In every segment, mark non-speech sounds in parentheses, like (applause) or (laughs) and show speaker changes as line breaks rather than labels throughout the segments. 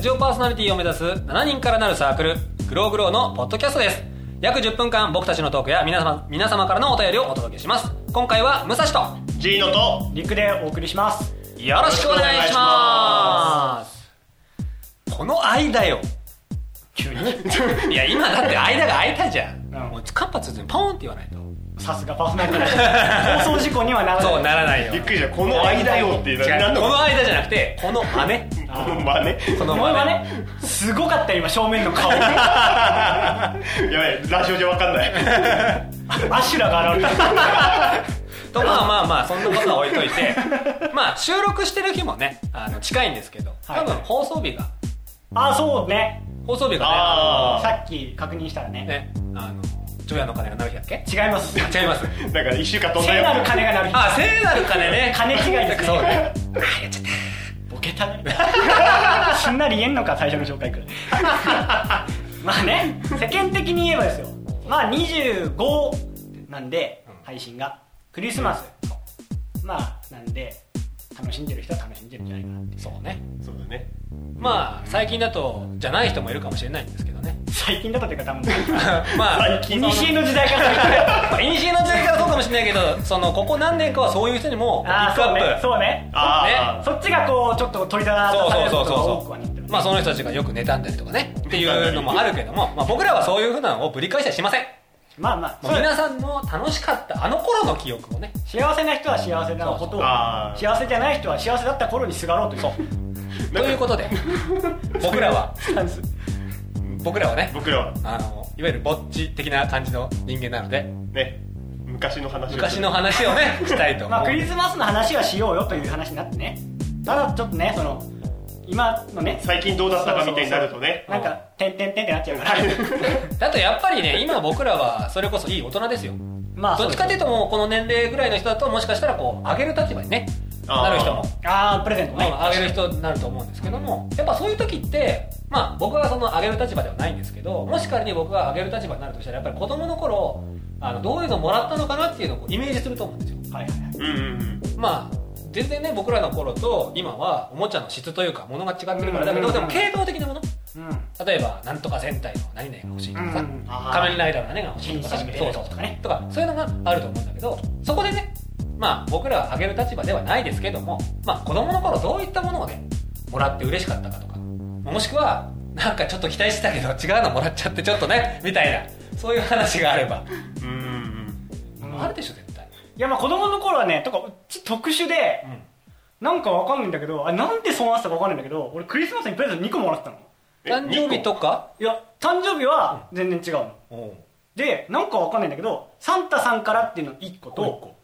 ィーを目指す7人からなるサークルグローグローのポッドキャストです約10分間僕たちのトークや皆様皆様からのお便りをお届けします今回は武蔵と
ジーノと
リクでお送りします
よろしくお願いしますこの間よ
急に
(laughs) いや今だって間が空いたじゃん
うん
もう間髪つずにポーンって言わないと
さすがパーソナリティです放送事故にはならない
そうならないよ
びっくりしたこの間よって
違う
何の
こ
こ
の間じゃなくてこの間ね
の真似
こ
こ
の
の
間
ま
ね
ねすごかった今正面の
(laughs)
顔ア
やばいラジオじゃわかんない
シュラが現れた
とまあまあまあそんなことは置いといてまあ収録してる日もねあの近いんですけど
はい
多分放送日が
あそうね
放送日が
あ
さっき確認したら
ね
ね
ねあの除夜の鐘が鳴る日だっけ
違い
(laughs)
ます
違います
あなんか一週間飛んだ
聖
よ
なる鐘が鳴る日
あ聖なる鐘ね
鐘違いですね
そうね
ボケ
(laughs)
たねすんなり言えんのか最初の紹介くらいまあね世間的に言えばですよまあ25なんで配信がクリスマスまあなんで楽しんでる人は楽しんでるんじゃないかなって
そうね
そうだね
まあ最近だとじゃない人もいるかもしれないんですけどね (laughs)
最近だったというか多分 (laughs)
まあ
最近の
西の時代から
まあイニシエの時代からそうかもしれないけどそのここ何年かはそういう人にもピ
あ
ッ
あ
ク
そ
ア
うね
ップ
そうね
あ
そっちがこうちょっと取り沙
そ
汰
う
され
そう
る
そ
こ
う
とが
そ
多
う
くはなってる
まあその人たちがよく妬んだりとかねっていうのもあるけども、 (laughs) まあ、僕らはそういうふうなのをぶり返しはしません
まあまあ
もう皆さんの楽しかったあの頃の記憶をね
幸せな人は幸せなことを
あー
幸せじゃない人は幸せだった頃にすがろうという
ということ (laughs) で僕らは
スタンス
僕らはね
僕らは
あのいわゆるぼっち的な感じの人間なので
ね昔の話を
昔の話を (laughs) ねしたいと思
まあ、
う
クリスマスの話はしようよという話になってねただちょっとねその今のね
最近どうだったかみたいになるとね
なんか「てんてんてん」ってなっちゃうから
だとやっぱりね今僕らはそれこそいい大人ですよ
まあ
どっちかというともうこの年齢ぐらいの人だともしかしたらこう上げる立場にね
あー
なる人も
ああプレゼントね、
まあ、上げる人になると思うんですけどもやっぱそういう時って、まあ、僕はその上げる立場ではないんですけどもし仮に僕が上げる立場になるとしたらやっぱり子供の頃あのどういうのもらったのかなっていうのをこうイメージすると思うんですよ
はいはいはい
うんうん
まあ全然ね僕らの頃と今はおもちゃの質というかものが違ってるからだけ
うんうんう
どで
ん
も系統的なもの
うん
例えばなんとか戦隊の何々が欲しいとか
う
さ
ん
あー
仮面ライダーの何が欲しいとか
変身
そうそうとかねとかそういうのがあると思うんだけどそこでねまあ僕らはあげる立場ではないですけどもまあ子供の頃どういったものをねもらって嬉しかったかとかもしくはなんかちょっと期待してたけど違うのもらっちゃってちょっとねみたいなそういう話があれば
うんうんうん
うん
あるでしょ絶対
いやまあ子供の頃はねとかうち特殊で
うん
なんかわかんないんだけどあなんでそうなってたかわかんないんだけど俺クリスマスにプレゼント2個もらったの
え
誕生日とか
いや誕生日は全然違うの、
おう
でなんかわかんないんだけどサンタさんからっていうの1個
おう
と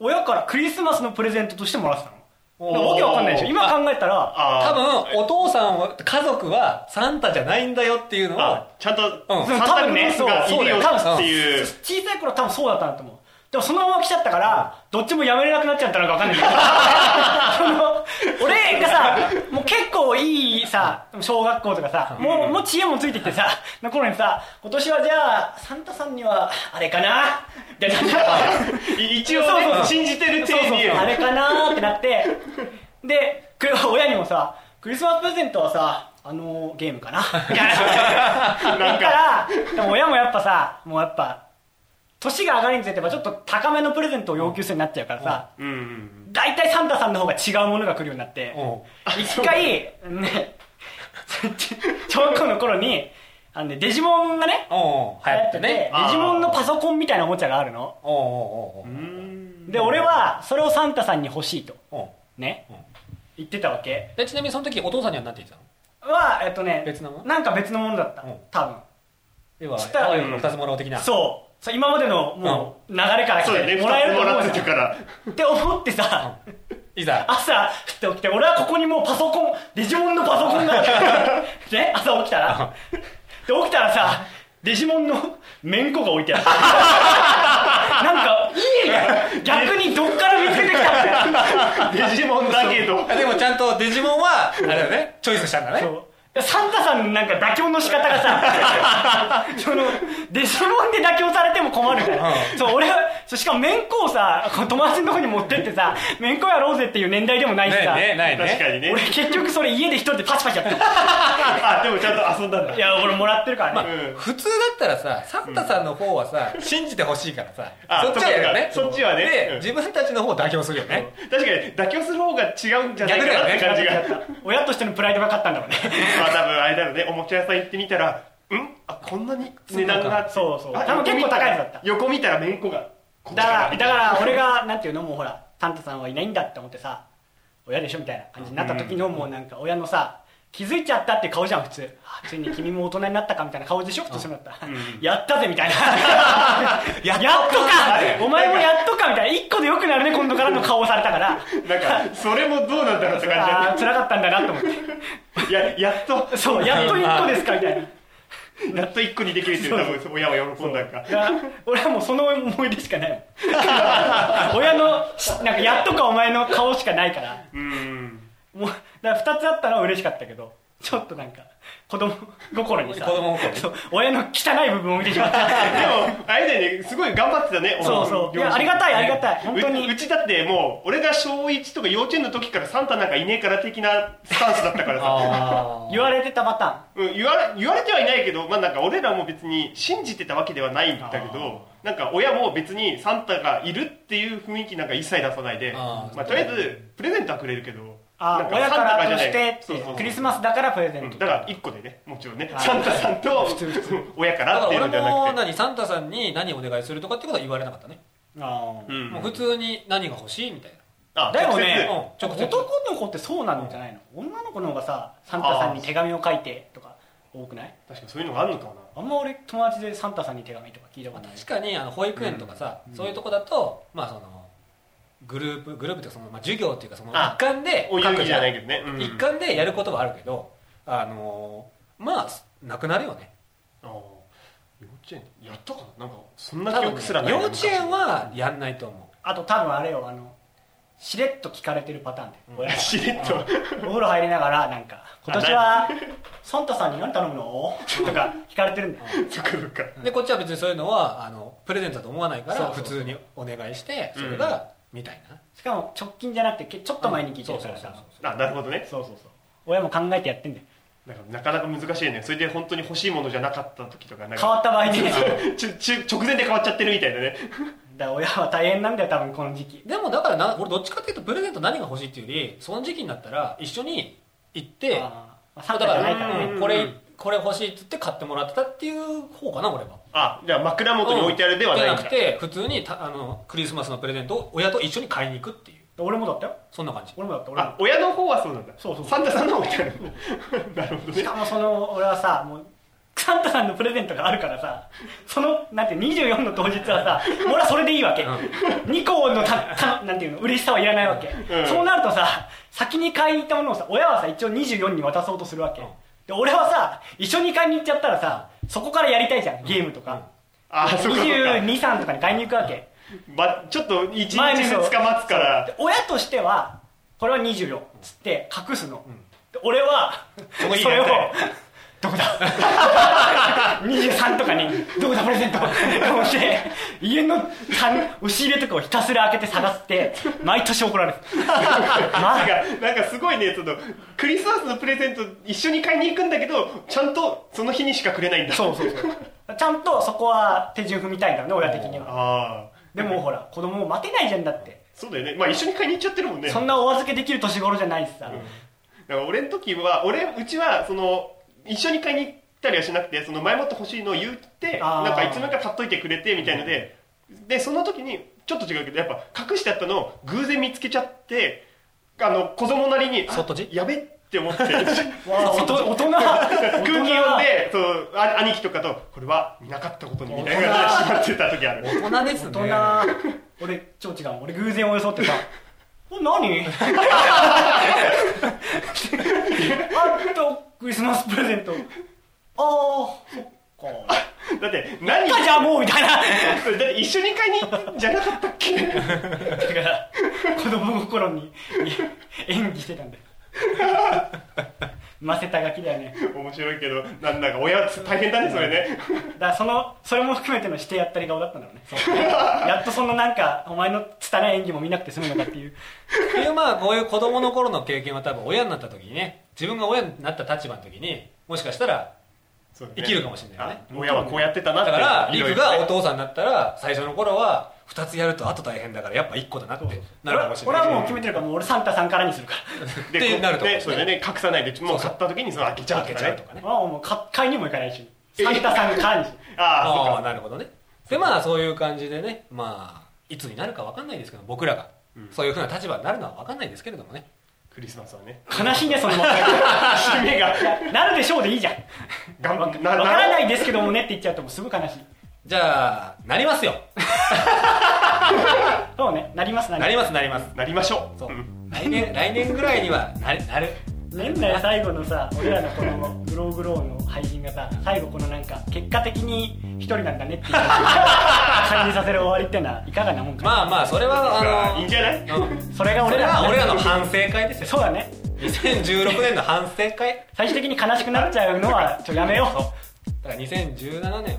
親からクリスマスのプレゼントとしてもらってたの
お
わけわかんないでしょ今考えたら
あ
多
ー
分お父さんは家族はサンタじゃないんだよっていうのを
あちゃんと
うん
サンタクロースがいるよっていう
小さい頃多分そうだったなと思うでもそのまま来ちゃったからどっちもやめれなくなっちゃったのかわか
(laughs)
んないけどその俺がさもう結構いいさ小学校とかさもうもう知恵もついてきてさの頃にさ今年はじゃあサンタさんにはあれかなみたいな
い一応ね
そうそう
信じてる
そう
体
そう
に
そうあれかなーってなってでく親にもさクリスマスプレゼントはさあのー、ゲームかなみたいな言ったらでも親もやっぱさもうやっぱ年が上がるにつれてやっぱちょっと高めのプレゼントを要求するようになっちゃうからさ
うんうん
大体サンタさんの方が違うものが来るようになって
おう
一回ね小学校の頃にあの、ね、デジモンがね
おう流行ってね
あー
デジモンのパソコンみたいなおもちゃがあるの
おうおうおう
うーん
で俺はそれをサンタさんに欲しいと
おうおう
ね、
うん
言ってたわけ
でちなみにその時お父さんには何て言ってたの
はえっとね
別のもの
なんか別のものだった、
うん
多分
要は
ちっちゃい
ハワイの2つもらおう的な
そうそう今までのもう流れから来
そうだ
て、
ね
もらえると
も
思
ら
う
って
じ
る
ゃん
から
って思ってさ、
いざ
朝降って起きて俺はここにもうパソコンデジモンのパソコンがある
(laughs)
ね朝起きたらで起きたらさデジモンのめんこが置いてあるなんかいいね逆にどっから見つけてきたみたいな
デジモンだけど
あでもちゃんとデジモンはあれだよねチョイスしたんだね
そうサンタさんのなんか妥協の仕方がさそのデジモンで妥協されても困るから、
う
そう俺はそうしかも面子をさこう友達のとこに持ってってさ面子やろうぜっていう年代でもないしさ、
ねないね
確かにね
俺結局それ家で一人でパチパチやってる
あでもちゃんと遊んだんだ
(laughs) いや俺もらってるからね、
まあ
うん
普通だったらさサッタさんの方はさ、信じてほしいからさ
あ
そっちはやるよね
そっかそっちはね
で
うん
自分たちの方を妥協するよね、
確かに妥協する方が違うんじゃないかなって感じが
逆だ
親としてのプライドが勝ったんだろうね (laughs)
まあ多分あれだろうねおもちゃ屋さん行ってみたらんあこんなに値段があって
そうそう
あ
多分結構高いやつだった
横見たらめんこがこっち
だからだから俺がなんていうのもうほらサンタさんはいないんだって思ってさ親でしょみたいな感じになった時のもうなんか親のさ気づいちゃったって顔じゃん普通あついに君も大人になったかみたいな顔でしょ今年もだった、 (laughs) やったぜみたいなやっと (laughs) かお前もやっとかみたいな一個でよくなるね今度からの顔をされた (laughs) から
なんかそれもどうなんだろうって感じだ
あ
ね
あ辛かったんだなと思って
ややっと
そうやっと一個ですかみたいな
やっと一個にできるっていうのは多分親は喜んだんか
いや俺はもうその思い出しかないもん親のしなん (laughs) かやっとかお前の顔しかないから
うん
もうだから2つあったのは嬉しかったけどちょっとなんか子供心にさ
子供心に
そう親の汚い部分を見てしま
(laughs)
っ
で
た
もあれだよねすごい頑張ってたね
そうそういやありが
い
たいありがたい本当
うう
に
ちだってもう俺が小1とか幼稚園の時からサンタなんかいねえから的なスタンスだったからさ、
あ
言われてたパターン
うん、言われ言われてはいないけどまあなんか俺らも別に信じてたわけではないんだけどなんか親も別にサンタがいるっていう雰囲気なんか一切出さないで
あー
まあ、とりあえずプレゼントはくれるけど
あ
なん
親から
サンタが
と
じゃ
し
ない
て
そうそうそう
クリスマスだからプレゼン
う
ト
んだから1個でねもちろんね
あー
サンタさんと
普通普通
うん親か
だから
っ
ら
ていう
俺
のでは
も
なくて
何サンタさんに何お願いするとかってことは言われなかったね、
あー
うん
もう普通に何が欲しいみたいな
あ
だよ
う
ね
ん
直
直接
男の子ってそうなんじゃないの女の子の方がさサンタさんに手紙を書いてとか多くない
接確かにそういうのがあるのかな
あんま俺友達でサンタさんに手紙とか聞いたこ
まあ
とない
確かにあの保育園とかさ、そういうとこだとまあそのグループグループっていうかその、まあ、授業っていうかその
あ
一環で
お遊戯じゃない
各
けどね、
自一環でやることはあるけどあのーまあなくなるよね
ああ幼稚園やったかななんかそんな
多
記
分
憶すら
ね
ない
幼
な
稚園はやんないと思
あと多分あれよあのしれっと聞かれてるパターンで、
昔しれっと
お風呂入りながらなんか「今年はサンタさんに何頼むの?」とか聞かれてるんだよ
そっかそっか
うでこっちは別にそういうのはあのプレゼントだと思わないから
そ
普
うそう
通にお願いしてそれが、みたいな
しかも直近じゃなくてけちょっと前に聞いてるから
そう
さ
そう
あなるほどね
そうそうそう親も考えてやってんだよ
なんかなかなか難しいねそれで本当に欲しいものじゃなかった時とかなん
変わ
か
った場合にだか
ちょちょ直前で変わっちゃってるみたいなね
ら親は大変なんだよ多分この時期
でもだからな俺どっちかっていうとプレゼント何が欲しいっていうよりその時期になったら一緒に行って
あーまあサ
だ
ン
か
タじゃないから
ら、
ね
これこれ欲しいっつって買ってもらってたっていう方かな俺は
あじゃあ枕元に置いてあるではない
じ
んだ
ゃなくて普通にたあのクリスマスのプレゼントを親と一緒に買いに行くっていう
俺もだったよ
そんな感じ
俺もだった俺
あ
も
親の方はそうなんだ
そうそう
サンタさんの方置いてある (laughs) なるほど
し
ね
かもその俺はさもうサンタさんのプレゼントがあるからさそのなんて24の当日はさ俺はそれでいいわけ、
うん
2個のたたなんていうの嬉しさはいらないわけ、
うん
そうなるとさ先に買いに行ったものをさ親はさ一応24に渡そうとするわけ、
うん
で俺はさ一緒に買いに行っちゃったらさそこからやりたいじゃんゲームとか、
あそっかそっか、
223とかに買いに行くわけ、
ま、ちょっと1日
前にそう
2日待つから
で親としてはこれは24っつって隠すの、で俺は
そこいいね
それをどこだ (laughs) 23とかに「どこだプレゼント」として家のた押し入れとかをひたすら開けて探して毎年怒
(laughs)
られるま
な
あ
んかなんかすごいねそのクリスマスのプレゼント一緒に買いに行くんだけどちゃんとその日にしかくれないんだ
そうそうそうちゃんとそこは手順踏みたいんだろうね親的には
ああ
でもほら子供を待てないじゃんだって
そうだよねまあ一緒に買いに行っちゃってるもんね
そんなお預けできる年頃じゃないしさ、
だから俺の時は俺うちはその一緒に買いに行ったりはしなくてその前もって欲しいのを言って
あー
なんかいつの間にか買っといてくれてみたいので、でその時にちょっと違うけどやっぱ隠してあったのを偶然見つけちゃってあの子供なりにあ
外地
やべって
(laughs)
思って空
わあおと大人大
気
人
読んでそうあ兄貴とかとこれは見なかったことにみたいな感じでしまってた時ある
大人ですね
大人俺超違うもん俺偶然を
(laughs)
装ってさ「お何? 」あとクリスマスプレゼントああそっか
だって何
いいかじゃあもうみたいな
だって一緒に買いに行ったんじゃなかったっけ
だから子供心に演技してたんだよませたがきだよね
面面白いけどなんだか親は大変だねそれね
だからそのそれも含めてのしてやったり顔だったんだろうねやっとそのなんかお前の拙い演技も見なくて済むのかっていう
っていうまあこういう子供の頃の経験は多分親になった時にね自分が親になった立場の時にもしかしたら
そうだね
生きるかもしれないよね
あ親はこうやってたな
だ
って
から
い
陸
ろいろね
がお父さんになったら最初の頃は2つやるとあと大変だからやっぱ1個だなってなるかもしれ
俺
ない
はもう決めてるからもう俺サンタさんからにするか
っ
で
てなると思う
でそうだね隠さないでもう買った時にその開けちゃう
開け
とか
ちゃ
ね
うとかね
らもうもうか買いにも行かないしサンタさんからにする
ああ
あ
そ
あ
う
なるほどねでまあそういう感じでねまあいつになるか分かんないですけど僕らが、
うん
そういうふうな立場になるのは分かんないですけれどもね
かクリスマスはね
悲しいねその
(laughs)
問題
締めが
なるでしょうでいいじゃん
がん
わ
な
わから
な
ないですけどもねって言っちゃうともうすぐ悲しい
じゃあなりますよ
そうねなりますな
な
り
りますなります
なりましょう
そう、
ん
来年来年ぐらいにはなれなる
年内最後のさ俺らのこのグローグローの配信がさ最後このなんか結果的に一人なんだねっていう感じさせる終わりってのはいかがなもんか、
まあまあそれはあの
いいんじゃない
うん
それが
そ
俺
れ
ら
は俺らの反省会ですよ
そうだね
2016年の反省会
最終的に悲しくなっちゃうのはちょやめよ
だから2017年はね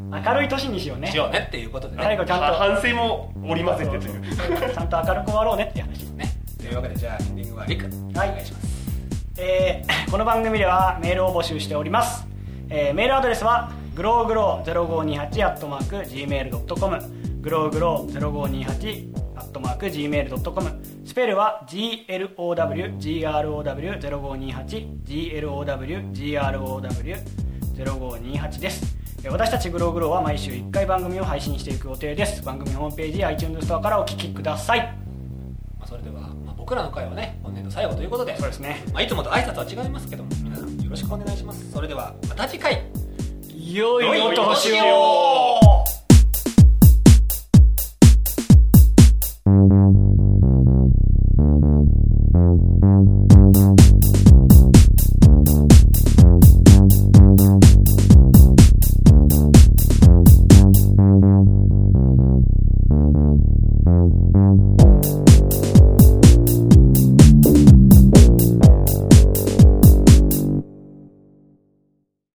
う明るい年にしようね
しようねっていうことで
最
ね
後ちゃんと
は反省も織り交ぜてという
ちゃんと明るく終わろうねって話
ねというわけでじゃあエンディングはリクお
はい
願いします
えー (laughs) この番組ではメールを募集しております、えーメールアドレスはグローグロー0528 gmail.com グローグロー0528 gmail.com スペルは GLOWGROW0528GLOWGROW0528 ですえー私たちグローグローは毎週1回番組を配信していく予定です番組ホームページや iTunes ストアからお聞きください
まあ、それでは、まあ、僕らの会はね本年度最後ということで
そうですね
まあ、いつもと挨拶は違いますけども皆さんよろしくお願いしますそれではまた次回
良
い
い
お
お
年
年
を
を